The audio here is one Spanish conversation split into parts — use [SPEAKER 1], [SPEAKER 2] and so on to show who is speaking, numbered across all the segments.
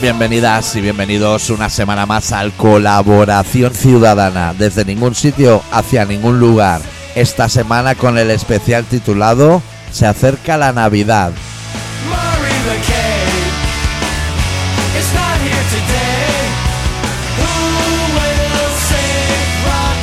[SPEAKER 1] bienvenidas y bienvenidos una semana más al Colaboración Ciudadana, desde ningún sitio hacia ningún lugar. Esta semana con el especial titulado Se acerca la Navidad.
[SPEAKER 2] Murray McKay is not here today. Who will save rock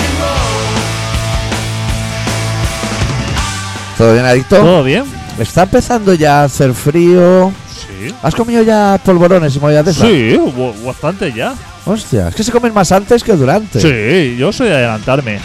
[SPEAKER 2] and roll?
[SPEAKER 1] ¿Todo bien, adicto?
[SPEAKER 3] ¿Todo bien?
[SPEAKER 1] Está empezando ya a hacer frío.
[SPEAKER 3] Sí.
[SPEAKER 1] ¿Has comido ya polvorones y movidas de esas?
[SPEAKER 3] Sí, hubo- bastante ya.
[SPEAKER 1] Hostia, es que se comen más antes que durante.
[SPEAKER 3] Sí. yo soy de adelantarme.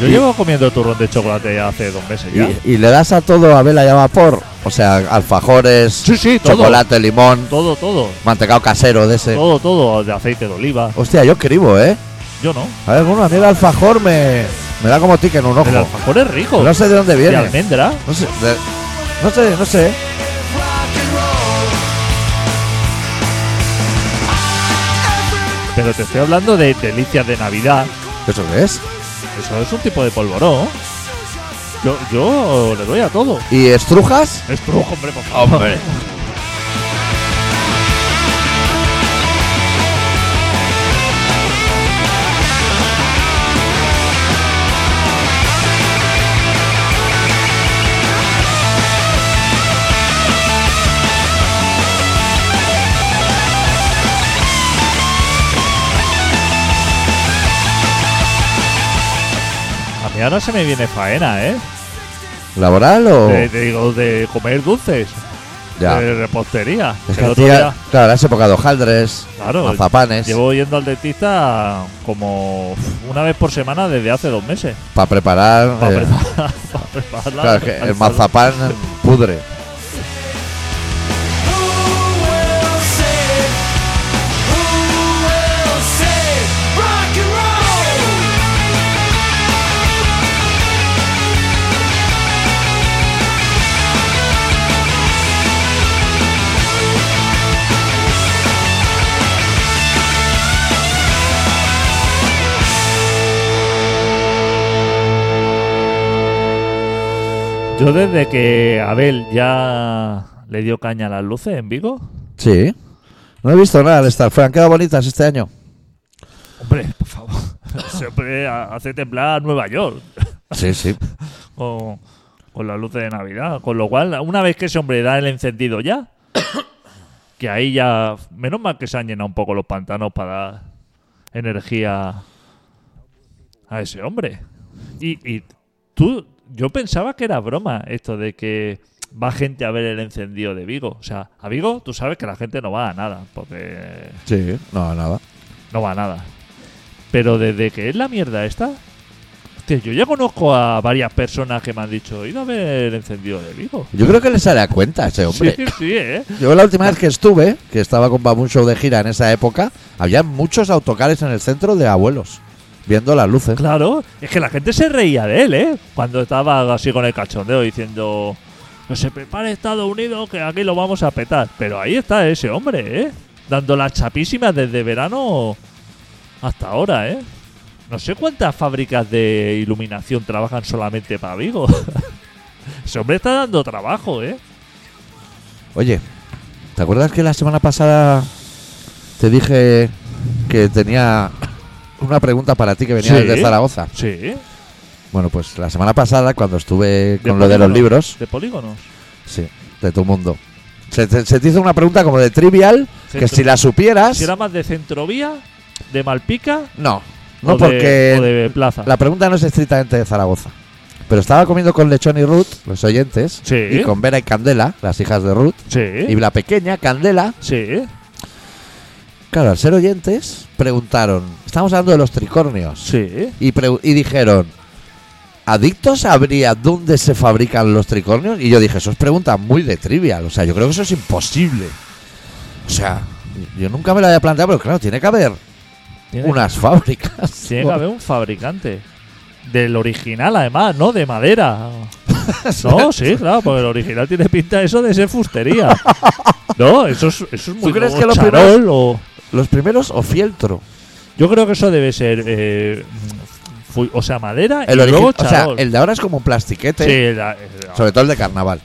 [SPEAKER 3] Yo llevo comiendo turrón de chocolate ya hace dos meses ya.
[SPEAKER 1] Y, y le das a todo a vela y a vapor. O sea, alfajores,
[SPEAKER 3] Sí, sí, todo.
[SPEAKER 1] chocolate, limón,
[SPEAKER 3] Todo, todo.
[SPEAKER 1] mantecado casero de ese.
[SPEAKER 3] Todo, todo. De aceite de oliva.
[SPEAKER 1] Hostia, yo escribo, ¿eh?
[SPEAKER 3] Yo no.
[SPEAKER 1] A ver, bueno, a mí el alfajor me, me da como tique en un ojo.
[SPEAKER 3] El alfajor es rico.
[SPEAKER 1] No sé de dónde
[SPEAKER 3] de
[SPEAKER 1] viene.
[SPEAKER 3] almendra.
[SPEAKER 1] No sé, de- no sé, no sé.
[SPEAKER 2] Rock and roll.
[SPEAKER 3] Pero te estoy hablando de delicias de Navidad.
[SPEAKER 1] ¿Eso qué es?
[SPEAKER 3] Eso es un tipo de polvorón. Yo, yo le doy a todo.
[SPEAKER 1] ¿Y estrujas?
[SPEAKER 3] Es brujo, hombre, por favor. A mí ahora se me viene faena, ¿eh?
[SPEAKER 1] ¿Laboral o...?
[SPEAKER 3] De, de- digo, de comer dulces.
[SPEAKER 1] ya.
[SPEAKER 3] De repostería.
[SPEAKER 1] es que
[SPEAKER 3] El
[SPEAKER 1] a
[SPEAKER 3] otro
[SPEAKER 1] ti ya-
[SPEAKER 3] día-
[SPEAKER 1] claro, ahora es época de hojaldres,
[SPEAKER 3] Claro,
[SPEAKER 1] azapanes,
[SPEAKER 3] Llevo yendo al dentista como una vez por semana desde hace dos meses.
[SPEAKER 1] para preparar...
[SPEAKER 3] Para
[SPEAKER 1] eh,
[SPEAKER 3] preparar, para preparar la-
[SPEAKER 1] claro, es que el
[SPEAKER 3] para-
[SPEAKER 1] mazapán pudre.
[SPEAKER 2] Who will save? Who will save rock and roll?
[SPEAKER 3] Yo desde que Abel ya le dio caña a las luces en Vigo.
[SPEAKER 1] Sí. No he visto nada de estas. Fue- Han quedado bonitas este año.
[SPEAKER 3] Hombre, por favor. Siempre ha- hace temblar Nueva York
[SPEAKER 1] Sí, sí.
[SPEAKER 3] con, con las luces de Navidad. Con lo cual, una vez que ese hombre da el encendido ya, que ahí ya. Menos mal que se han llenado un poco los pantanos para dar energía a ese hombre. Y, y tú, yo pensaba que era broma esto de que va gente a ver el encendido de Vigo. O sea, a Vigo tú sabes que la gente no va a nada, porque
[SPEAKER 1] Sí. No, nada.
[SPEAKER 3] no va a nada. Pero desde que es la mierda esta, hostia, yo ya conozco a varias personas que me han dicho, ido a ver el encendido de Vigo.
[SPEAKER 1] Yo creo que le sale a cuenta a ese hombre.
[SPEAKER 3] Sí, sí, sí, ¿eh?
[SPEAKER 1] Yo la última vez que estuve, que estaba con Baboon Show de gira en esa época, había muchos autocares en el centro de abuelos, viendo las luces.
[SPEAKER 3] Claro, es que la gente se reía de él, ¿eh? Cuando estaba así con el cachondeo diciendo, que se prepare Estados Unidos, que aquí lo vamos a petar. Pero ahí está ese hombre, ¿eh? Dando las chapísimas desde verano hasta ahora, ¿eh? No sé cuántas fábricas de iluminación trabajan solamente para Vigo. ese hombre está dando trabajo, ¿eh?
[SPEAKER 1] Oye, ¿te acuerdas que la semana pasada te dije que tenía una pregunta para ti que venía
[SPEAKER 3] Sí.
[SPEAKER 1] desde Zaragoza?
[SPEAKER 3] Sí,
[SPEAKER 1] Bueno, pues la semana pasada, cuando estuve
[SPEAKER 3] De
[SPEAKER 1] con lo de los
[SPEAKER 3] polígonos.
[SPEAKER 1] libros,
[SPEAKER 3] de polígonos.
[SPEAKER 1] sí, de tu mundo, se te, se te hizo una pregunta como de trivial, que
[SPEAKER 3] Centro-
[SPEAKER 1] si la supieras...
[SPEAKER 3] Si era más de Centrovía, de Malpica,
[SPEAKER 1] No, no
[SPEAKER 3] o de-
[SPEAKER 1] porque...
[SPEAKER 3] o de Plaza.
[SPEAKER 1] La pregunta no es estrictamente de Zaragoza. Pero estaba comiendo con Lechón y Ruth, los oyentes,
[SPEAKER 3] Sí.
[SPEAKER 1] y con Vera y Candela, las hijas de Ruth, y
[SPEAKER 3] Sí,
[SPEAKER 1] la pequeña Candela.
[SPEAKER 3] sí.
[SPEAKER 1] Claro, al ser oyentes, preguntaron, estamos hablando de los tricornios,
[SPEAKER 3] Sí.
[SPEAKER 1] y, preu- y dijeron, ¿adictos sabría dónde se fabrican los tricornios? Y yo dije, eso es pregunta muy de trivial, o sea, yo creo que eso es imposible. O sea, yo nunca me lo había planteado, pero claro, tiene que haber
[SPEAKER 3] Tiene,
[SPEAKER 1] unas fábricas.
[SPEAKER 3] tiene que haber un fabricante. Del original, además, no de madera. No, sí, claro, porque el original tiene pinta eso de ser fustería. No, eso es, eso es muy
[SPEAKER 1] crees
[SPEAKER 3] como
[SPEAKER 1] que lo
[SPEAKER 3] charol
[SPEAKER 1] primero-
[SPEAKER 3] o-
[SPEAKER 1] Los primeros o fieltro.
[SPEAKER 3] Yo creo que eso debe ser. eh, fu- o sea, madera
[SPEAKER 1] El
[SPEAKER 3] y
[SPEAKER 1] origi-
[SPEAKER 3] luego
[SPEAKER 1] o sea,
[SPEAKER 3] charol.
[SPEAKER 1] el este- de ahora es como un plastiquete,
[SPEAKER 3] Sí, el- el-
[SPEAKER 1] sobre todo el de carnaval.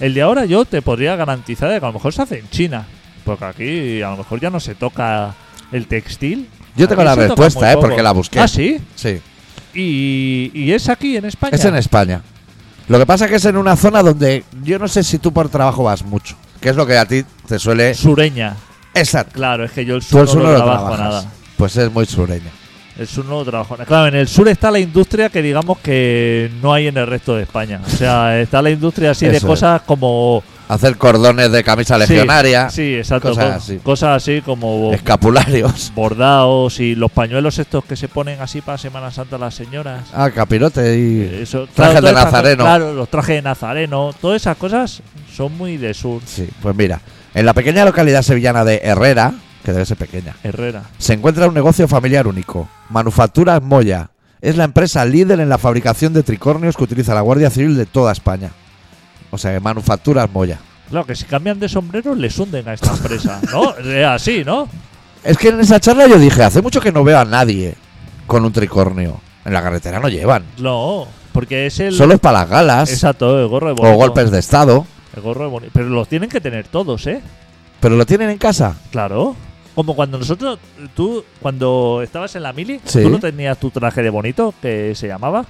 [SPEAKER 3] el de ahora yo te podría garantizar de que a lo mejor se hace en China. Porque aquí a lo mejor ya no se toca el textil.
[SPEAKER 1] Yo tengo
[SPEAKER 3] Aquí
[SPEAKER 1] la
[SPEAKER 3] se toca
[SPEAKER 1] respuesta,
[SPEAKER 3] muy
[SPEAKER 1] ¿eh?
[SPEAKER 3] poco.
[SPEAKER 1] Porque la busqué.
[SPEAKER 3] Ah, sí.
[SPEAKER 1] Sí,
[SPEAKER 3] Y, y es aquí en España.
[SPEAKER 1] es en España. Lo que pasa que es en una zona donde yo no sé si tú por trabajo vas mucho, que es lo que a ti te suele...
[SPEAKER 3] Sureña.
[SPEAKER 1] Exacto.
[SPEAKER 3] Claro, es que yo el
[SPEAKER 1] Eh. Tú
[SPEAKER 3] sur
[SPEAKER 1] el sur
[SPEAKER 3] no,
[SPEAKER 1] no
[SPEAKER 3] lo
[SPEAKER 1] lo
[SPEAKER 3] trabajo
[SPEAKER 1] trabajas.
[SPEAKER 3] nada.
[SPEAKER 1] Pues es muy sureño.
[SPEAKER 3] El sur no lo trabajo nada. Claro, en el sur está la industria que digamos que no hay en el resto de España. O sea, está la industria así de
[SPEAKER 1] Eso es.
[SPEAKER 3] cosas como...
[SPEAKER 1] Hacer cordones de camisa
[SPEAKER 3] sí,
[SPEAKER 1] legionaria,
[SPEAKER 3] Sí, exacto.
[SPEAKER 1] Ah, cosas
[SPEAKER 3] co-
[SPEAKER 1] así.
[SPEAKER 3] cosas así como
[SPEAKER 1] escapularios,
[SPEAKER 3] bordados y los pañuelos estos que se ponen así para Semana Santa las señoras. Eh,
[SPEAKER 1] ah, capirote y...
[SPEAKER 3] Eso,
[SPEAKER 1] Trajes de
[SPEAKER 3] todas esas cosas-
[SPEAKER 1] nazareno.
[SPEAKER 3] Claro, los trajes de nazareno. Todas esas cosas son muy de sur.
[SPEAKER 1] Sí, pues mira, en la pequeña localidad sevillana de Herrera, que debe ser pequeña,
[SPEAKER 3] Herrera.
[SPEAKER 1] se encuentra un negocio familiar único, Manufacturas Moya. Es la empresa líder en la fabricación de tricornios que utiliza la Guardia Civil de toda España. O sea, que Manufacturas Moya.
[SPEAKER 3] Claro, que si cambian de sombrero les hunden a esta empresa, ¿no? Es así, ¿no?
[SPEAKER 1] Es que en esa charla yo dije, hace mucho que no veo a nadie con un tricornio. En la carretera no llevan.
[SPEAKER 3] No, porque es el...
[SPEAKER 1] Solo es para las galas
[SPEAKER 3] Exacto, el gorro de
[SPEAKER 1] o
[SPEAKER 3] bonito.
[SPEAKER 1] golpes de estado.
[SPEAKER 3] El gorro de boni- Pero los tienen que tener todos, ¿eh?
[SPEAKER 1] ¿Pero lo tienen en casa?
[SPEAKER 3] Claro. Como cuando nosotros, tú, cuando estabas en la mili,
[SPEAKER 1] Sí.
[SPEAKER 3] tú no tenías tu traje de bonito, que se llamaba.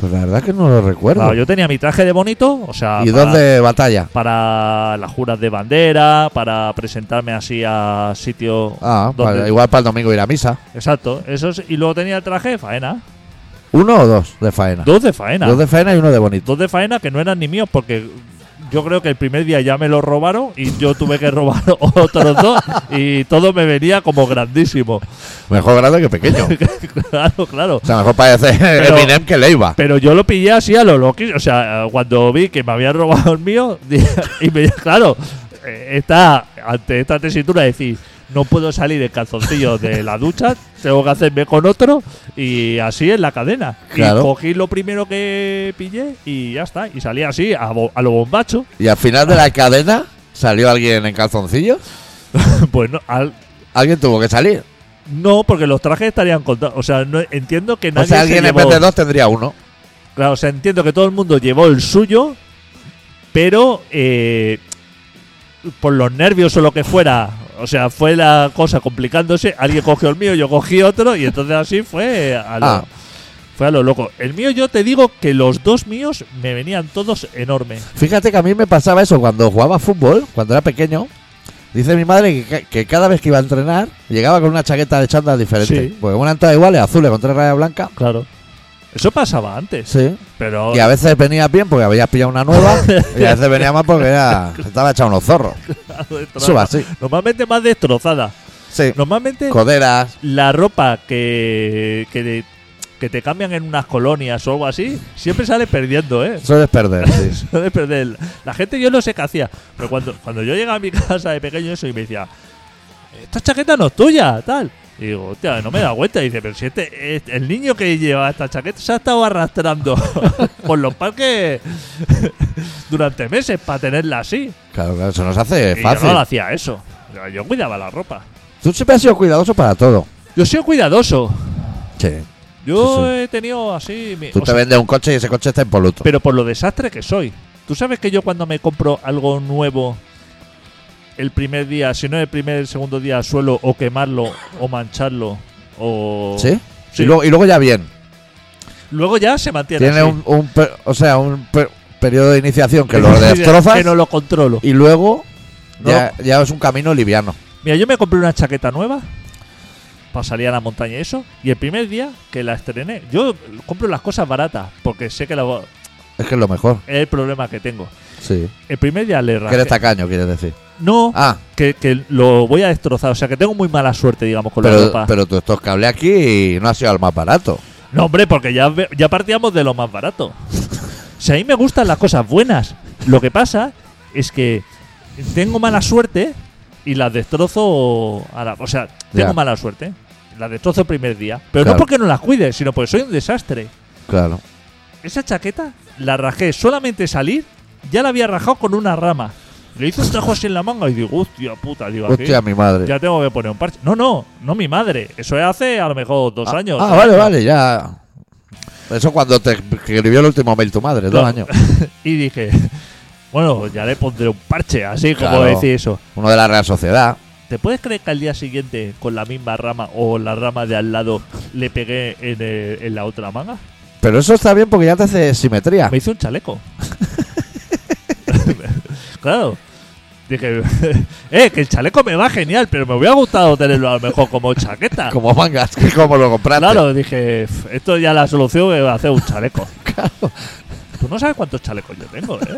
[SPEAKER 1] Pues la verdad que no lo recuerdo.
[SPEAKER 3] Claro, yo tenía mi traje de bonito, o sea,
[SPEAKER 1] ¿Y
[SPEAKER 3] para,
[SPEAKER 1] dónde batalla?
[SPEAKER 3] para las juras de bandera, para presentarme así a sitio.
[SPEAKER 1] Ah,
[SPEAKER 3] donde-
[SPEAKER 1] para- igual para el domingo ir a misa.
[SPEAKER 3] Exacto, eso es- Y luego tenía el traje de faena.
[SPEAKER 1] ¿Uno o dos de faena?
[SPEAKER 3] Dos de faena.
[SPEAKER 1] Dos de faena y uno de bonito.
[SPEAKER 3] dos de faena que no eran ni míos porque yo creo que el primer día ya me lo robaron y yo tuve que robar otros dos y todo me venía como grandísimo.
[SPEAKER 1] Mejor grande que pequeño.
[SPEAKER 3] claro, claro.
[SPEAKER 1] O sea, mejor parece Eminem que Leiva.
[SPEAKER 3] Pero yo lo pillé así a lo loco. O sea, cuando vi que me habían robado el mío, di- y me claro, eh, está ante esta tesitura de decir, no puedo salir en calzoncillo de la ducha, tengo que hacerme con otro, y así en la cadena.
[SPEAKER 1] Claro.
[SPEAKER 3] Y cogí lo primero que pillé y ya está. Y salí así a, bo- a lo bombacho.
[SPEAKER 1] Y al final de la cadena salió alguien en calzoncillos.
[SPEAKER 3] pues no, al-
[SPEAKER 1] Alguien tuvo que salir.
[SPEAKER 3] no, porque los trajes estarían contados. O sea, no, entiendo que nadie
[SPEAKER 1] o sea,
[SPEAKER 3] se
[SPEAKER 1] alguien en vez
[SPEAKER 3] llevó-
[SPEAKER 1] de dos tendría uno.
[SPEAKER 3] Claro, o sea, entiendo que todo el mundo llevó el suyo, pero eh, por los nervios o lo que fuera, o sea, fue la cosa complicándose. Alguien cogió el mío, yo cogí otro, y entonces así fue a lo,
[SPEAKER 1] Ah.
[SPEAKER 3] fue a lo loco. El mío, yo te digo que los dos míos me venían todos enormes.
[SPEAKER 1] Fíjate que a mí me pasaba eso cuando jugaba a fútbol, cuando era pequeño. Dice mi madre que, ca- que cada vez que iba a entrenar llegaba con una chaqueta de chándal diferente.
[SPEAKER 3] Sí.
[SPEAKER 1] Porque una entrada igual es azul con tres rayas blancas.
[SPEAKER 3] Claro. Eso pasaba antes,
[SPEAKER 1] Sí.
[SPEAKER 3] pero
[SPEAKER 1] Y a veces venía bien porque habías pillado una nueva. y a veces venía mal porque era, estaba echado unos zorros. Eso va así.
[SPEAKER 3] normalmente más destrozada.
[SPEAKER 1] Sí.
[SPEAKER 3] Normalmente
[SPEAKER 1] Coderas.
[SPEAKER 3] la ropa que, que, que te cambian en unas colonias o algo así, siempre sale perdiendo, ¿eh?
[SPEAKER 1] Sueles perder, sí.
[SPEAKER 3] Suele perder. La gente yo no sé qué hacía, pero cuando, cuando yo llegaba a mi casa de pequeño eso y me decía, esta chaqueta no es tuya, tal. Y digo, hostia, no me da cuenta. Y dice, pero si este, este- el niño que lleva esta chaqueta se ha estado arrastrando por los parques durante meses para tenerla así.
[SPEAKER 1] Claro, claro, eso nos hace
[SPEAKER 3] Y yo
[SPEAKER 1] fácil.
[SPEAKER 3] no lo hacía eso. Yo cuidaba la ropa.
[SPEAKER 1] Tú siempre has sido cuidadoso para todo.
[SPEAKER 3] Yo soy cuidadoso.
[SPEAKER 1] Sí.
[SPEAKER 3] Yo
[SPEAKER 1] Sí,
[SPEAKER 3] he tenido así. mi-
[SPEAKER 1] Tú
[SPEAKER 3] Eh, o
[SPEAKER 1] te
[SPEAKER 3] sea,
[SPEAKER 1] vendes un coche y ese coche está impoluto.
[SPEAKER 3] pero por lo desastre que soy. Tú sabes que yo cuando me compro algo nuevo, el primer día, si no el primer, el segundo día, suelo o quemarlo o mancharlo. O...
[SPEAKER 1] ¿Sí?
[SPEAKER 3] Sí.
[SPEAKER 1] Y, luego, y luego ya bien.
[SPEAKER 3] Luego ya se mantiene.
[SPEAKER 1] Tiene
[SPEAKER 3] así.
[SPEAKER 1] un, un per- o sea, un per- periodo de iniciación que lo
[SPEAKER 3] Que
[SPEAKER 1] destrozas
[SPEAKER 3] no lo controlo.
[SPEAKER 1] y luego ya, ya es un camino liviano.
[SPEAKER 3] Mira, yo me compré una chaqueta nueva para salir a la montaña y eso. Y el primer día que la estrené, yo compro las cosas baratas porque sé que la, es
[SPEAKER 1] Es que es lo mejor.
[SPEAKER 3] el problema que tengo.
[SPEAKER 1] Sí.
[SPEAKER 3] El primer día
[SPEAKER 1] Que
[SPEAKER 3] le
[SPEAKER 1] eres
[SPEAKER 3] rajé.
[SPEAKER 1] tacaño, quieres decir.
[SPEAKER 3] No,
[SPEAKER 1] Ah,
[SPEAKER 3] que, que lo voy a destrozar. O sea, que tengo muy mala suerte, digamos, con la
[SPEAKER 1] pero,
[SPEAKER 3] ropa.
[SPEAKER 1] pero tú estos cables aquí y no ha sido el más barato.
[SPEAKER 3] No, hombre, porque ya, ve- ya partíamos de lo más barato. Si a mí me gustan las cosas buenas, lo que pasa es que tengo mala suerte y las destrozo a la- O sea, tengo
[SPEAKER 1] Ya.
[SPEAKER 3] mala suerte. Las destrozo el primer día. Pero no
[SPEAKER 1] Claro.
[SPEAKER 3] porque no las cuide, sino porque soy un desastre.
[SPEAKER 1] Claro.
[SPEAKER 3] Esa chaqueta la rajé solamente salir, ya la había rajado con una rama. Le hizo un trajo así en la manga y digo, hostia puta, digo, aquí
[SPEAKER 1] Hostia, mi madre.
[SPEAKER 3] ya tengo que poner un parche. No, no, no mi madre. Eso es hace a lo mejor dos
[SPEAKER 1] Ah,
[SPEAKER 3] años.
[SPEAKER 1] Ah,
[SPEAKER 3] tres
[SPEAKER 1] vale,
[SPEAKER 3] años.
[SPEAKER 1] vale, ya. Eso cuando te escribió el último mail tu madre, dos
[SPEAKER 3] Claro.
[SPEAKER 1] años.
[SPEAKER 3] Y dije, bueno, pues ya le pondré un parche, así como
[SPEAKER 1] Claro.
[SPEAKER 3] decir eso.
[SPEAKER 1] Uno de la Real Sociedad.
[SPEAKER 3] ¿Te puedes creer que al día siguiente, con la misma rama o la rama de al lado, le pegué en, eh, en la otra manga?
[SPEAKER 1] Pero eso está bien porque ya te hace simetría.
[SPEAKER 3] Me hice un chaleco. claro. Dije, eh, que el chaleco me va genial, pero me hubiera gustado tenerlo a lo mejor como chaqueta.
[SPEAKER 1] Como mangas, que como lo compraste.
[SPEAKER 3] Claro, dije, "F, esto ya la solución es hacer un chaleco. Tú no sabes cuántos chalecos yo tengo, ¿eh?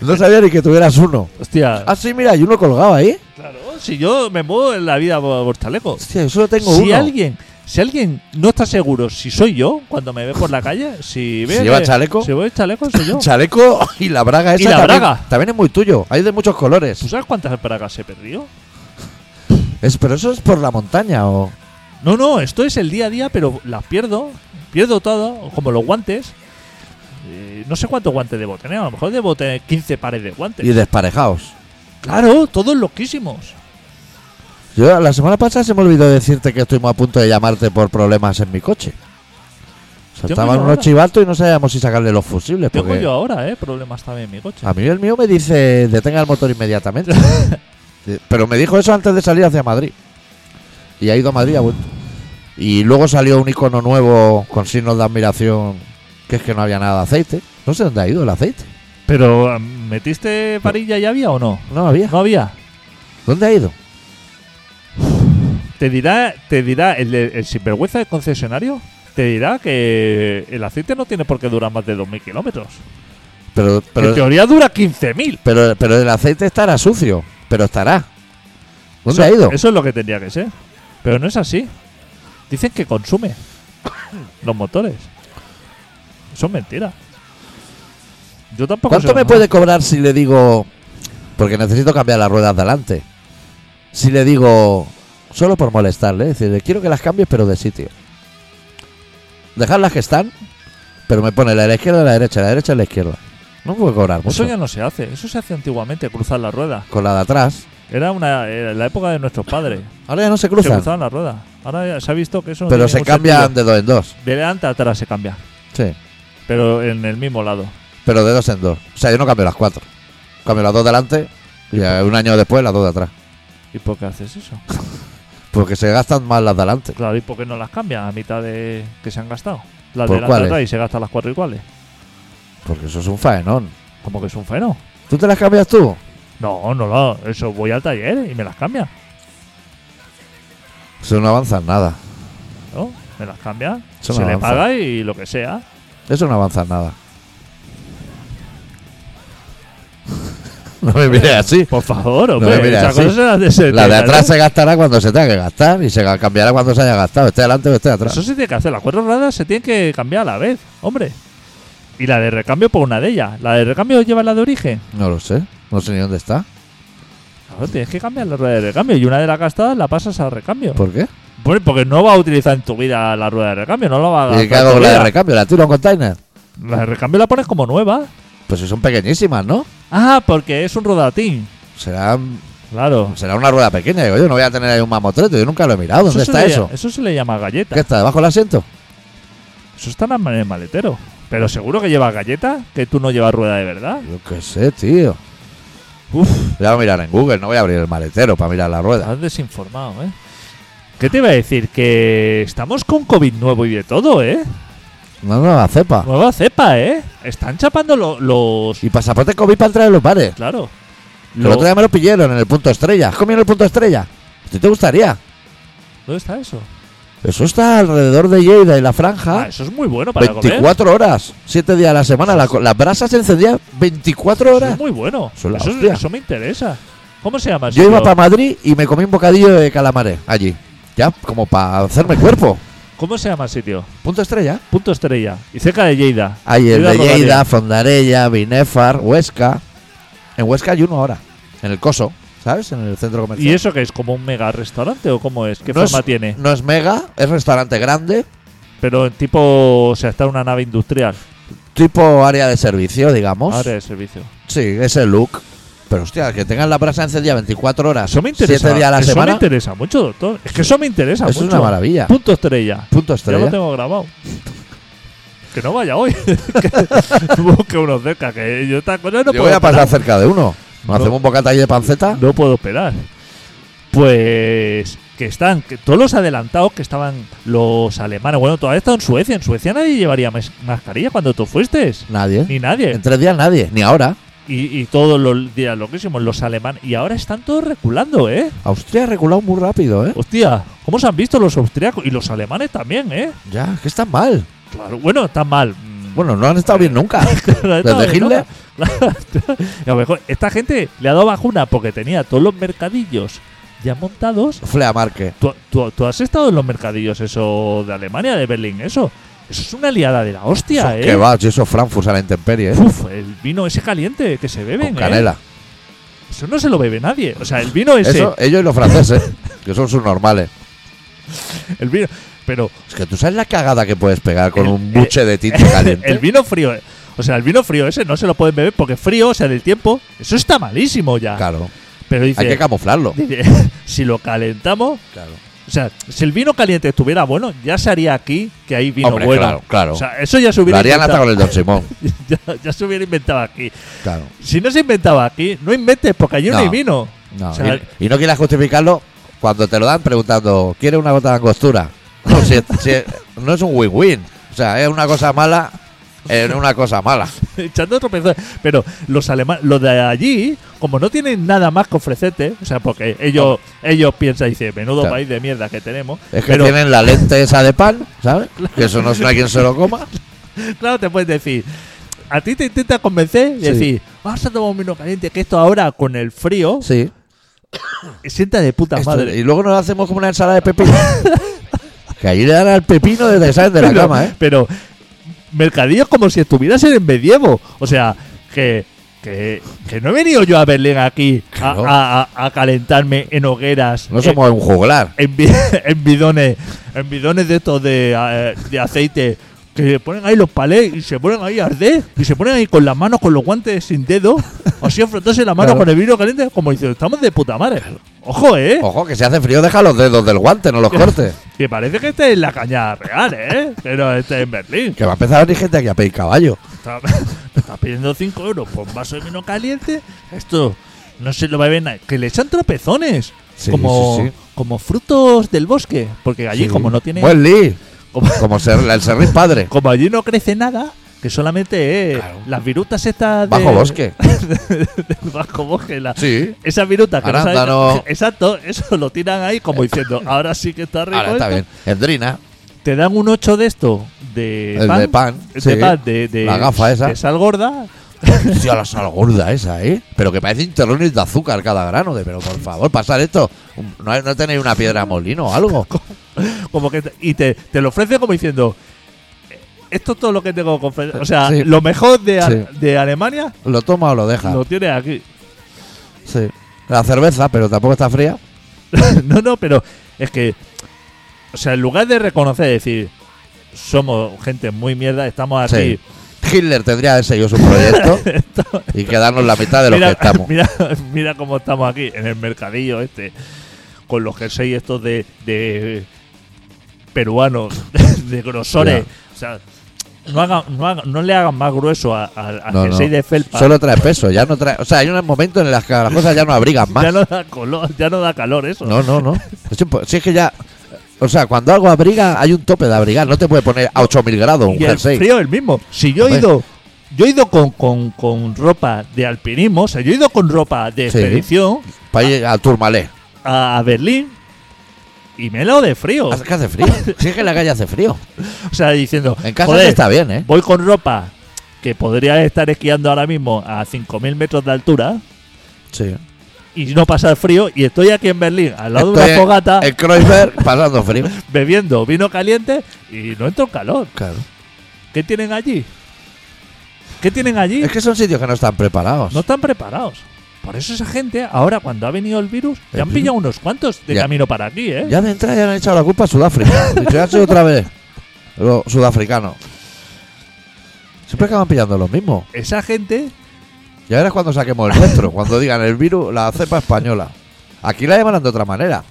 [SPEAKER 1] No sabía ni que tuvieras uno.
[SPEAKER 3] Hostia,
[SPEAKER 1] Ah, sí, mira, hay uno colgado ahí.
[SPEAKER 3] claro, si yo me muevo en la vida por, por chalecos.
[SPEAKER 1] Hostia, yo solo tengo
[SPEAKER 3] si
[SPEAKER 1] uno.
[SPEAKER 3] alguien, si alguien no está seguro si soy yo cuando me ve por la calle, si ve
[SPEAKER 1] Si lleva
[SPEAKER 3] que-
[SPEAKER 1] chaleco.
[SPEAKER 3] si voy chaleco soy yo.
[SPEAKER 1] Chaleco y la braga esa
[SPEAKER 3] Y la
[SPEAKER 1] también,
[SPEAKER 3] braga.
[SPEAKER 1] también es muy tuyo. Hay de muchos colores.
[SPEAKER 3] ¿Tú sabes cuántas bragas he perdido?
[SPEAKER 1] Es, pero eso es por la montaña o.
[SPEAKER 3] No, no, esto es el día a día, pero las pierdo, pierdo todo, como los guantes. Eh, no sé cuántos guantes debo tener, a lo mejor debo tener 15 pares de guantes.
[SPEAKER 1] Y desparejados.
[SPEAKER 3] Claro, todos loquísimos.
[SPEAKER 1] Yo la semana pasada se me olvidó decirte que estuvimos a punto de llamarte por problemas en mi coche. O sea,
[SPEAKER 3] Tengo
[SPEAKER 1] estaban
[SPEAKER 3] yo
[SPEAKER 1] unos
[SPEAKER 3] ahora.
[SPEAKER 1] chivatos y no sabíamos si sacarle los fusibles.
[SPEAKER 3] Tengo
[SPEAKER 1] porque
[SPEAKER 3] yo ahora, ¿eh? Problemas también en mi coche.
[SPEAKER 1] A mí el mío me dice detenga el motor inmediatamente. Eh, Pero me dijo eso antes de salir hacia Madrid. Y ha ido a Madrid y ha vuelto. Y luego salió un icono nuevo con signos de admiración, que es que no había nada de aceite. No sé dónde ha ido el aceite.
[SPEAKER 3] Pero, ah, ¿metiste varilla y había o no?
[SPEAKER 1] No había.
[SPEAKER 3] No había.
[SPEAKER 1] ¿Dónde ha ido?
[SPEAKER 3] Te dirá, te dirá el, de- el sinvergüenza del concesionario, te dirá que el aceite no tiene por qué durar más de 2.000 kilómetros.
[SPEAKER 1] Pero,
[SPEAKER 3] en
[SPEAKER 1] pero,
[SPEAKER 3] teoría dura 15.000.
[SPEAKER 1] pero, pero el aceite estará sucio. Pero estará. ¿Dónde
[SPEAKER 3] Eso-
[SPEAKER 1] ha ido?
[SPEAKER 3] Eso es lo que tendría que ser. Pero no es así. Dicen que consume los motores. Eso es mentira. Yo tampoco sé
[SPEAKER 1] ¿Cuánto me
[SPEAKER 3] nada.
[SPEAKER 1] puede cobrar si le digo... Porque necesito cambiar las ruedas de delante. Si le digo... Solo por molestarle. Es decir, quiero que las cambies pero de sitio. Dejar las que están, pero me pone la de la izquierda, la derecha, la derecha, la izquierda. No me puede cobrar mucho.
[SPEAKER 3] Eso ya no se hace. Eso se hace antiguamente, cruzar la rueda.
[SPEAKER 1] Con la de atrás.
[SPEAKER 3] Era una era la época de nuestros padres.
[SPEAKER 1] Ahora ya no se
[SPEAKER 3] Se
[SPEAKER 1] cruzan.
[SPEAKER 3] cruzaban la rueda. Ahora ya se ha visto que eso no
[SPEAKER 1] pero
[SPEAKER 3] tiene
[SPEAKER 1] se
[SPEAKER 3] ningún
[SPEAKER 1] cambian de
[SPEAKER 3] sentido.
[SPEAKER 1] dos en dos.
[SPEAKER 3] De delante a atrás se cambia.
[SPEAKER 1] Sí.
[SPEAKER 3] Pero en el mismo lado.
[SPEAKER 1] Pero de dos en dos. O sea, yo no cambio las cuatro. Cambio las dos delante y eh, un año después las dos de atrás.
[SPEAKER 3] ¿Y por qué haces eso?
[SPEAKER 1] Porque se gastan más las de delante.
[SPEAKER 3] Claro, ¿y por qué no las cambias a mitad de que se han gastado? Las
[SPEAKER 1] ¿Por
[SPEAKER 3] delante
[SPEAKER 1] cuáles?
[SPEAKER 3] atrás y se gastan las cuatro iguales.
[SPEAKER 1] Porque eso es un faenón.
[SPEAKER 3] Como que es un freno.
[SPEAKER 1] ¿Tú te las cambias tú?
[SPEAKER 3] No, no, no, eso voy al taller y me las cambia,
[SPEAKER 1] Eso no avanza en nada.
[SPEAKER 3] ¿no? Me las cambia,
[SPEAKER 1] Eso
[SPEAKER 3] se
[SPEAKER 1] no
[SPEAKER 3] le
[SPEAKER 1] avanza.
[SPEAKER 3] paga y lo que sea.
[SPEAKER 1] Eso no avanza en nada. No me mires así.
[SPEAKER 3] Por favor,
[SPEAKER 1] me
[SPEAKER 3] hombre,
[SPEAKER 1] mires
[SPEAKER 3] esas
[SPEAKER 1] así.
[SPEAKER 3] cosas eran de ese
[SPEAKER 1] La de
[SPEAKER 3] tema,
[SPEAKER 1] atrás
[SPEAKER 3] ¿no?
[SPEAKER 1] se gastará cuando se tenga que gastar y se ga- cambiará cuando se haya gastado, esté delante o esté atrás.
[SPEAKER 3] Eso se tiene que hacer, las cuatro ruedas se tienen que cambiar a la vez, hombre. Y la de recambio por una de ellas. ¿La de recambio lleva la de origen?
[SPEAKER 1] No lo sé, no sé ni dónde está.
[SPEAKER 3] Claro, tienes que cambiar la rueda de recambio y una de las gastadas la pasas a recambio.
[SPEAKER 1] ¿Por qué?
[SPEAKER 3] Bueno, porque no vas a utilizar en tu vida la rueda de recambio, no la vas a
[SPEAKER 1] ¿Y
[SPEAKER 3] gastar
[SPEAKER 1] qué
[SPEAKER 3] en
[SPEAKER 1] hago
[SPEAKER 3] tu
[SPEAKER 1] con la de
[SPEAKER 3] vida.
[SPEAKER 1] recambio? ¿La tiro a un container?
[SPEAKER 3] La de recambio la pones como nueva.
[SPEAKER 1] Pues si son pequeñísimas, ¿no?
[SPEAKER 3] Ah, porque es un rodatín.
[SPEAKER 1] Será,
[SPEAKER 3] Claro.
[SPEAKER 1] será una rueda pequeña, digo yo. No voy a tener ahí un mamotreto, yo nunca lo he mirado. ¿Dónde
[SPEAKER 3] se
[SPEAKER 1] está
[SPEAKER 3] le-
[SPEAKER 1] eso?
[SPEAKER 3] Eso se le llama galleta.
[SPEAKER 1] ¿Qué está? ¿Debajo del asiento?
[SPEAKER 3] Eso está en el maletero. Pero seguro que llevas galletas, que tú no llevas rueda de verdad.
[SPEAKER 1] Yo qué sé, tío.
[SPEAKER 3] Uf,
[SPEAKER 1] Ya voy a mirar en Google, no voy a abrir el maletero para mirar la rueda.
[SPEAKER 3] estás desinformado, ¿eh? ¿Qué te iba a decir? Que estamos con COVID nuevo y de todo, ¿eh?
[SPEAKER 1] No, no, la cepa.
[SPEAKER 3] Nueva cepa, ¿eh? Están chapando lo- los...
[SPEAKER 1] Y pasaporte COVID para entrar en los bares.
[SPEAKER 3] Claro.
[SPEAKER 1] El
[SPEAKER 3] Lo-
[SPEAKER 1] otro día me lo pillaron en el punto estrella. ¿Has comido en el punto estrella? ¿A ti te gustaría?
[SPEAKER 3] ¿Dónde está eso?
[SPEAKER 1] Eso está alrededor de Lleida y la
[SPEAKER 3] Ah,
[SPEAKER 1] franja.
[SPEAKER 3] eso es muy bueno para comer.
[SPEAKER 1] 24 horas, 7 días a la semana. La co- las brasas se encendían 24
[SPEAKER 3] Eso es
[SPEAKER 1] horas.
[SPEAKER 3] muy bueno.
[SPEAKER 1] Eso es la
[SPEAKER 3] Eso,
[SPEAKER 1] hostia.
[SPEAKER 3] eso me interesa. ¿Cómo se llama? el
[SPEAKER 1] Yo
[SPEAKER 3] sitio?
[SPEAKER 1] iba para Madrid y me comí un bocadillo de calamares allí. Ya, como para hacerme cuerpo.
[SPEAKER 3] ¿Cómo se llama el sitio?
[SPEAKER 1] Punto estrella.
[SPEAKER 3] Punto Estrella. Y cerca de Lleida.
[SPEAKER 1] Hay el
[SPEAKER 3] Lleida
[SPEAKER 1] de
[SPEAKER 3] Rodalia.
[SPEAKER 1] Lleida, Fondarella, Binefar, Huesca. En Huesca hay uno ahora. En el Coso, ¿sabes? En el centro comercial.
[SPEAKER 3] ¿Y eso que es? ¿Como un mega restaurante o cómo es? ¿Qué
[SPEAKER 1] No
[SPEAKER 3] forma
[SPEAKER 1] es-
[SPEAKER 3] tiene?
[SPEAKER 1] No es mega, es restaurante grande.
[SPEAKER 3] Pero en tipo, o sea, está en una nave industrial.
[SPEAKER 1] tipo área de servicio, digamos.
[SPEAKER 3] Área de servicio.
[SPEAKER 1] Sí, ese look. Pero hostia, que tengan la brasa encendida 24 horas,
[SPEAKER 3] Eso me interesa.
[SPEAKER 1] 7 días a la
[SPEAKER 3] eso me
[SPEAKER 1] semana.
[SPEAKER 3] interesa mucho, doctor. Es que eso me interesa
[SPEAKER 1] Eso es
[SPEAKER 3] mucho.
[SPEAKER 1] una maravilla.
[SPEAKER 3] Punto estrella.
[SPEAKER 1] Punto
[SPEAKER 3] Ya
[SPEAKER 1] estrella.
[SPEAKER 3] lo tengo grabado. Que no vaya hoy. que busque uno cerca. Que yo esta cosa no
[SPEAKER 1] Yo
[SPEAKER 3] puedo
[SPEAKER 1] voy a
[SPEAKER 3] esperar.
[SPEAKER 1] pasar cerca de uno. Nos
[SPEAKER 3] No.
[SPEAKER 1] hacemos un bocata ahí de panceta.
[SPEAKER 3] No puedo esperar. Pues que están, que todos los adelantados que estaban los alemanes. Bueno, todavía está en Suecia. En Suecia nadie llevaría mas- mascarilla cuando tú fuiste.
[SPEAKER 1] Nadie.
[SPEAKER 3] Ni nadie.
[SPEAKER 1] En tres días nadie, ni ahora.
[SPEAKER 3] Y, y todos los días loquísimos, los alemanes. Y ahora están todos reculando, ¿eh?
[SPEAKER 1] Austria ha reculado muy rápido, ¿eh?
[SPEAKER 3] Hostia, ¿cómo se han visto los austriacos? Y los alemanes también, ¿eh?
[SPEAKER 1] Ya, es que están mal.
[SPEAKER 3] Claro, bueno, están mal. Mm,
[SPEAKER 1] Bueno, no han estado bien nunca.
[SPEAKER 3] Claro,
[SPEAKER 1] Desde
[SPEAKER 3] esta-
[SPEAKER 1] Hitler.
[SPEAKER 3] Claro, y a lo mejor esta gente le ha dado vacuna porque tenía todos los mercadillos ya montados.
[SPEAKER 1] Flea Marque.
[SPEAKER 3] ¿Tú, tú- tú has estado en los mercadillos eso de Alemania, de Berlín, eso? Eso es una liada de la hostia,
[SPEAKER 1] Eso,
[SPEAKER 3] ¿eh?
[SPEAKER 1] Que va, si eso es Frankfurt a la intemperie, ¿eh?
[SPEAKER 3] Uf, el vino ese caliente que se beben,
[SPEAKER 1] Con
[SPEAKER 3] ¿eh?
[SPEAKER 1] canela.
[SPEAKER 3] Eso no se lo bebe nadie. O sea, el vino ese,
[SPEAKER 1] Eso, ellos y los franceses, que son sus normales.
[SPEAKER 3] el vino... Pero
[SPEAKER 1] Es que tú sabes la cagada que puedes pegar con
[SPEAKER 3] El-
[SPEAKER 1] un buche de tinta caliente.
[SPEAKER 3] el vino frío... eh, O sea, el vino frío ese no se lo pueden beber porque frío, o sea, del tiempo, eso está malísimo ya.
[SPEAKER 1] Claro,
[SPEAKER 3] Pero dice,
[SPEAKER 1] hay que camuflarlo.
[SPEAKER 3] dice, si lo calentamos,
[SPEAKER 1] Claro.
[SPEAKER 3] O sea, si el vino caliente estuviera bueno, ya se haría aquí que hay vino
[SPEAKER 1] Hombre,
[SPEAKER 3] bueno.
[SPEAKER 1] claro, claro.
[SPEAKER 3] O sea, eso ya se
[SPEAKER 1] Lo
[SPEAKER 3] hubiera
[SPEAKER 1] harían hasta
[SPEAKER 3] inventado.
[SPEAKER 1] con el Don Simón.
[SPEAKER 3] ya, ya se hubiera inventado aquí.
[SPEAKER 1] Claro.
[SPEAKER 3] Si no se inventaba aquí, no inventes, porque allí no,
[SPEAKER 1] No.
[SPEAKER 3] hay vino.
[SPEAKER 1] No,
[SPEAKER 3] O sea,
[SPEAKER 1] y, y no quieras justificarlo cuando te lo dan preguntando, ¿quieres una gota de angostura? No, si- si- no es un win-win. O sea, es una cosa mala, es una cosa mala.
[SPEAKER 3] echando tropezón. Pero los alemanes, los de allí, como no tienen nada más que ofrecerte, o sea, porque ellos, ellos piensan y dicen, menudo
[SPEAKER 1] Claro.
[SPEAKER 3] país de mierda que tenemos.
[SPEAKER 1] Es que
[SPEAKER 3] pero
[SPEAKER 1] tienen la lente esa de pan, ¿sabes? Que eso no será quien se lo coma.
[SPEAKER 3] claro, te puedes decir. A ti te intenta convencer y
[SPEAKER 1] Sí.
[SPEAKER 3] decir, vamos a tomar un vino caliente, que esto ahora con el frío
[SPEAKER 1] Sí.
[SPEAKER 3] sienta de puta
[SPEAKER 1] Esto-
[SPEAKER 3] madre.
[SPEAKER 1] Y luego nos hacemos como una ensalada de pepino. que ahí le dan al pepino desde que salen de la
[SPEAKER 3] pero,
[SPEAKER 1] cama, ¿eh?
[SPEAKER 3] Pero mercadillos como si estuvieras en el medievo. O sea, que, que, que no he venido yo a Berlín aquí a-
[SPEAKER 1] Claro.
[SPEAKER 3] a, a- a calentarme en hogueras.
[SPEAKER 1] No
[SPEAKER 3] en-
[SPEAKER 1] somos un juglar.
[SPEAKER 3] En, bi- en bidones, en bidones de estos de, eh, de aceite. Que se ponen ahí los palés y se ponen ahí a arder y se ponen ahí con las manos, con los guantes sin dedo, así a frotarse la mano
[SPEAKER 1] Claro.
[SPEAKER 3] con el vino caliente, como diciendo, estamos de puta madre. Ojo, eh.
[SPEAKER 1] Ojo, que si hace frío, deja los dedos del guante, no los cortes.
[SPEAKER 3] Que parece que este es la caña real, eh. Pero este es en Berlín.
[SPEAKER 1] Que va a empezar a venir gente aquí a pedir caballo.
[SPEAKER 3] Está- me está pidiendo 5 euros por un vaso de vino caliente. Esto no se lo beben a- Que le echan tropezones.
[SPEAKER 1] Sí,
[SPEAKER 3] como,
[SPEAKER 1] sí, sí.
[SPEAKER 3] como frutos del bosque. Porque allí,
[SPEAKER 1] Sí.
[SPEAKER 3] como no tiene.
[SPEAKER 1] Buen Lee,
[SPEAKER 3] Como,
[SPEAKER 1] como ser, el serrín padre.
[SPEAKER 3] como allí no crece nada, que solamente es
[SPEAKER 1] Claro.
[SPEAKER 3] las virutas estas. de-
[SPEAKER 1] Bajo bosque.
[SPEAKER 3] del bajo bosque. la-
[SPEAKER 1] Sí.
[SPEAKER 3] Esas virutas que no saben-
[SPEAKER 1] Arándano. Eh.
[SPEAKER 3] Exacto, eso lo tiran ahí como diciendo, ahora sí que está rico.
[SPEAKER 1] Ahora está
[SPEAKER 3] esto".
[SPEAKER 1] bien. Endrina.
[SPEAKER 3] Te dan un 8 de esto, de
[SPEAKER 1] El
[SPEAKER 3] pan.
[SPEAKER 1] de pan,
[SPEAKER 3] De
[SPEAKER 1] sí.
[SPEAKER 3] pan, de, de-
[SPEAKER 1] La gafa esa.
[SPEAKER 3] de sal gorda.
[SPEAKER 1] Hostia, la sal gorda esa, ¿eh? Pero que parece terrones de azúcar cada grano. De, pero por favor, pasar esto. ¿No, hay- no tenéis una piedra molino o algo?
[SPEAKER 3] como que te- y te, te lo ofrece como diciendo esto es todo lo que tengo que ofrecer o sea
[SPEAKER 1] Sí.
[SPEAKER 3] lo mejor de, a-
[SPEAKER 1] Sí.
[SPEAKER 3] de Alemania
[SPEAKER 1] ¿Lo toma o lo deja?
[SPEAKER 3] lo tienes aquí
[SPEAKER 1] Sí. La cerveza, pero tampoco está fría.
[SPEAKER 3] no no pero es que o sea en lugar de reconocer y decir somos gente muy mierda estamos
[SPEAKER 1] Sí.
[SPEAKER 3] aquí
[SPEAKER 1] Hitler tendría ese yo su proyecto y quedarnos la mitad de lo que estamos.
[SPEAKER 3] mira mira cómo estamos aquí en el mercadillo este con los jerseys estos de, de peruanos de grosores o sea no, hagan- no, hagan- no le hagan más grueso a- al al
[SPEAKER 1] No, no.
[SPEAKER 3] jersey de felpa
[SPEAKER 1] Solo trae peso, ya no trae. O sea, hay un momento en las que las cosas ya no abrigan más.
[SPEAKER 3] Ya no da color, ya no da calor eso.
[SPEAKER 1] No, no, no. Es impo- Si es que ya. O sea, cuando algo abriga, hay un tope de abrigar. No te puede poner a 8000 grados un
[SPEAKER 3] y el
[SPEAKER 1] jersey.
[SPEAKER 3] frío es el mismo. Si yo he
[SPEAKER 1] Hombre.
[SPEAKER 3] ido, yo he ido con, con, con ropa de alpinismo, o sea, yo he ido con ropa de
[SPEAKER 1] Sí.
[SPEAKER 3] expedición
[SPEAKER 1] Para ir al turmalé.
[SPEAKER 3] a, a Berlín y me he helado de frío.
[SPEAKER 1] Hace que hace frío. Si es que en la calle hace frío.
[SPEAKER 3] O sea, diciendo,
[SPEAKER 1] En casa
[SPEAKER 3] "Joder,
[SPEAKER 1] sí está bien, ¿eh?
[SPEAKER 3] voy con ropa que podría estar esquiando ahora mismo a 5.000 metros de altura
[SPEAKER 1] Sí.
[SPEAKER 3] y no pasar frío y estoy aquí en Berlín al lado
[SPEAKER 1] Estoy
[SPEAKER 3] de
[SPEAKER 1] en-
[SPEAKER 3] una fogata
[SPEAKER 1] En Kreuzberg pasando frío.
[SPEAKER 3] bebiendo vino caliente y no entro en calor.
[SPEAKER 1] Claro.
[SPEAKER 3] ¿Qué tienen allí? ¿Qué tienen allí?
[SPEAKER 1] Es que son sitios que no están preparados.
[SPEAKER 3] No están preparados. Por eso esa gente, ahora cuando ha venido el virus,
[SPEAKER 1] ¿El
[SPEAKER 3] ya han
[SPEAKER 1] virus?
[SPEAKER 3] pillado unos cuantos de
[SPEAKER 1] Ya.
[SPEAKER 3] camino para aquí, ¿eh?
[SPEAKER 1] Ya de entrada ya le han echado la culpa a Sudáfrica. Dicho, ya soy otra vez. Los sudafricanos. Siempre acaban pillando lo mismo.
[SPEAKER 3] Esa gente
[SPEAKER 1] Ya verás cuando saquemos el nuestro, cuando digan el virus, la cepa española. Aquí la llamarán de otra manera.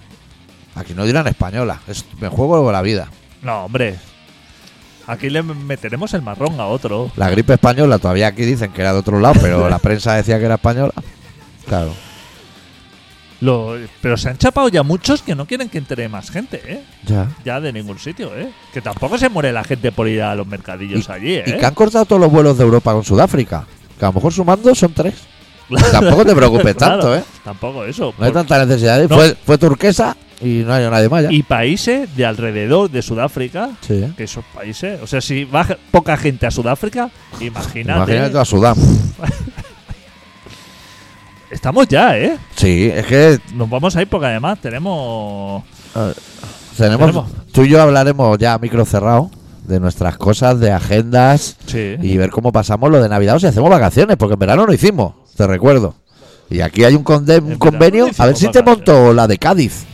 [SPEAKER 1] Aquí no dirán española. Es- me juego la vida.
[SPEAKER 3] No, hombre. Aquí le meteremos el marrón a otro.
[SPEAKER 1] La gripe española todavía aquí dicen que era de otro lado, pero la prensa decía que era española. Claro.
[SPEAKER 3] Lo- pero se han chapado ya muchos que no quieren que entre más gente, ¿eh?
[SPEAKER 1] Ya.
[SPEAKER 3] Ya de ningún sitio, ¿eh? Que tampoco se muere la gente por ir a los mercadillos allí, ¿eh?
[SPEAKER 1] Y que han cortado todos los vuelos de Europa con Sudáfrica. Que a lo mejor sumando son tres.
[SPEAKER 3] Claro.
[SPEAKER 1] Tampoco te preocupes
[SPEAKER 3] Claro,
[SPEAKER 1] tanto, ¿eh?
[SPEAKER 3] Tampoco eso.
[SPEAKER 1] No hay
[SPEAKER 3] Por-
[SPEAKER 1] tanta necesidad. Y
[SPEAKER 3] No.
[SPEAKER 1] Fue, fue turquesa y no hay nadie más ya.
[SPEAKER 3] Y países de alrededor de Sudáfrica,
[SPEAKER 1] Sí, ¿eh?
[SPEAKER 3] que esos países... O sea, si va je- poca gente a Sudáfrica, imagínate.
[SPEAKER 1] Imagínate a Sudán.
[SPEAKER 3] Estamos ya, ¿eh?
[SPEAKER 1] Sí, es que
[SPEAKER 3] Nos vamos a ir porque además tenemos...
[SPEAKER 1] Tenemos,
[SPEAKER 3] Tenemos.
[SPEAKER 1] Tú y yo hablaremos ya a micro cerrado de nuestras cosas, de agendas
[SPEAKER 3] Sí.
[SPEAKER 1] y ver cómo pasamos lo de Navidad o si hacemos vacaciones, porque en verano no hicimos, te recuerdo. Y aquí hay un, conde- un
[SPEAKER 3] verano
[SPEAKER 1] convenio.
[SPEAKER 3] no
[SPEAKER 1] a ver
[SPEAKER 3] hicimos
[SPEAKER 1] si te
[SPEAKER 3] vacaciones.
[SPEAKER 1] monto la de Cádiz,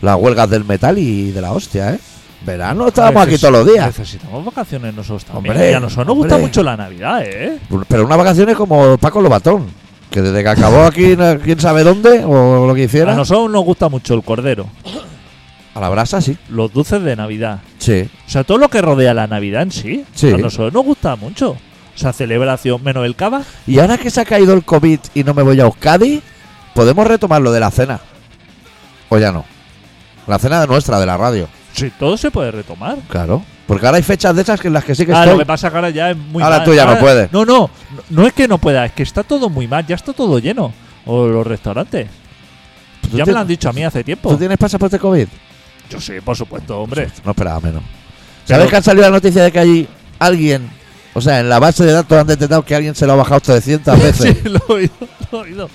[SPEAKER 1] las huelgas del metal y de la hostia, ¿eh? Verano estábamos aquí
[SPEAKER 3] Neces-
[SPEAKER 1] todos los días.
[SPEAKER 3] Necesitamos vacaciones nosotros también.
[SPEAKER 1] Hombre,
[SPEAKER 3] y a nosotros nos gusta
[SPEAKER 1] hombre.
[SPEAKER 3] mucho la Navidad, ¿eh?
[SPEAKER 1] Pero unas vacaciones como Paco Lobatón, que desde que acabó aquí, no- quién sabe dónde o lo que hiciera.
[SPEAKER 3] A nosotros nos gusta mucho el cordero,
[SPEAKER 1] a la brasa, sí.
[SPEAKER 3] los dulces de Navidad.
[SPEAKER 1] Sí.
[SPEAKER 3] O sea, todo lo que rodea la Navidad en sí,
[SPEAKER 1] Sí.
[SPEAKER 3] a nosotros nos gusta mucho. O sea, celebración menos el cava.
[SPEAKER 1] Y ahora que se ha caído el COVID y no me voy a Euskadi, podemos retomar lo de la cena. O ya no. La cena nuestra de la radio.
[SPEAKER 3] Sí, todo se puede retomar.
[SPEAKER 1] Claro. Porque ahora hay fechas de esas que en las que sí que
[SPEAKER 3] Ah, lo
[SPEAKER 1] estoy.
[SPEAKER 3] que pasa que ahora ya es muy
[SPEAKER 1] Ahora
[SPEAKER 3] mal.
[SPEAKER 1] tú ya no puedes.
[SPEAKER 3] No, no, no, no es que no pueda, es que está todo muy mal, ya está todo lleno. O los restaurantes.
[SPEAKER 1] Pues ¿Tú
[SPEAKER 3] Ya me
[SPEAKER 1] tienes-
[SPEAKER 3] lo han dicho a mí hace
[SPEAKER 1] ¿Tú
[SPEAKER 3] tiempo.
[SPEAKER 1] tienes pasaporte COVID?
[SPEAKER 3] Yo sí, por supuesto, hombre.
[SPEAKER 1] No esperaba menos.
[SPEAKER 3] Pero-
[SPEAKER 1] ¿Sabes que ha salido la noticia de que allí alguien, o sea, en la base de datos han detectado que alguien se lo ha bajado 300 veces?
[SPEAKER 3] Sí, lo he oído, lo he oído.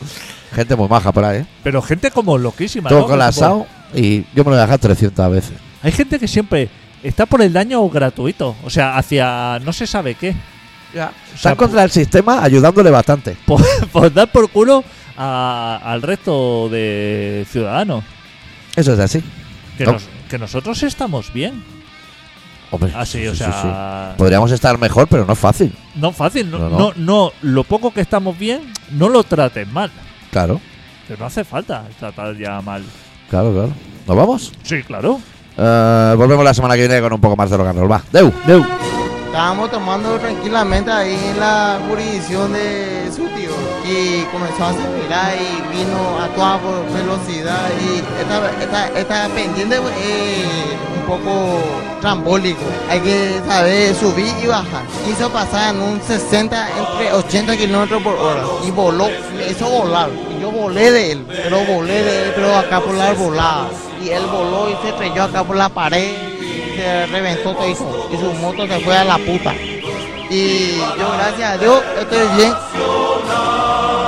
[SPEAKER 1] Gente muy maja por ahí, ¿eh?
[SPEAKER 3] Pero gente como loquísima.
[SPEAKER 1] Todo
[SPEAKER 3] ¿no?
[SPEAKER 1] con
[SPEAKER 3] Como-
[SPEAKER 1] asado y yo me lo he dejado 300 veces.
[SPEAKER 3] Hay gente que siempre está por el daño gratuito, o sea, hacia no se sabe qué.
[SPEAKER 1] Ya.
[SPEAKER 3] sea,
[SPEAKER 1] Están contra el sistema ayudándole bastante.
[SPEAKER 3] Por, por dar por culo a- al resto de ciudadanos.
[SPEAKER 1] Eso es así.
[SPEAKER 3] Que,
[SPEAKER 1] No.
[SPEAKER 3] nos- que nosotros estamos bien.
[SPEAKER 1] Hombre,
[SPEAKER 3] Así, Ah, o
[SPEAKER 1] sí, sí,
[SPEAKER 3] sea.
[SPEAKER 1] sí. Podríamos estar mejor, pero no es fácil.
[SPEAKER 3] No fácil, no,
[SPEAKER 1] No,
[SPEAKER 3] no,
[SPEAKER 1] no.
[SPEAKER 3] no. lo poco que estamos bien, no lo trates mal.
[SPEAKER 1] Claro,
[SPEAKER 3] Pero no hace falta tratar ya mal.
[SPEAKER 1] claro, claro. ¿Nos vamos?
[SPEAKER 3] Sí, claro.
[SPEAKER 1] Eh, volvemos la semana que viene con un poco más de rock and roll. Va, Deu, Deu.
[SPEAKER 4] Estábamos tomando tranquilamente ahí en la jurisdicción de su tío y comenzó a acelerar y vino a toda vo- velocidad y esta, esta, esta pendiente es un poco trambólico. Hay que saber subir y bajar. Quiso pasar en un 60 entre 80 kilómetros por hora y voló, me hizo volar. Y yo volé de él, pero volé de él, pero acá por la volada. Y él voló y se estrelló acá por la pared se reventó todo eso y su moto se fue a la puta. Y yo, gracias a Dios, estoy bien.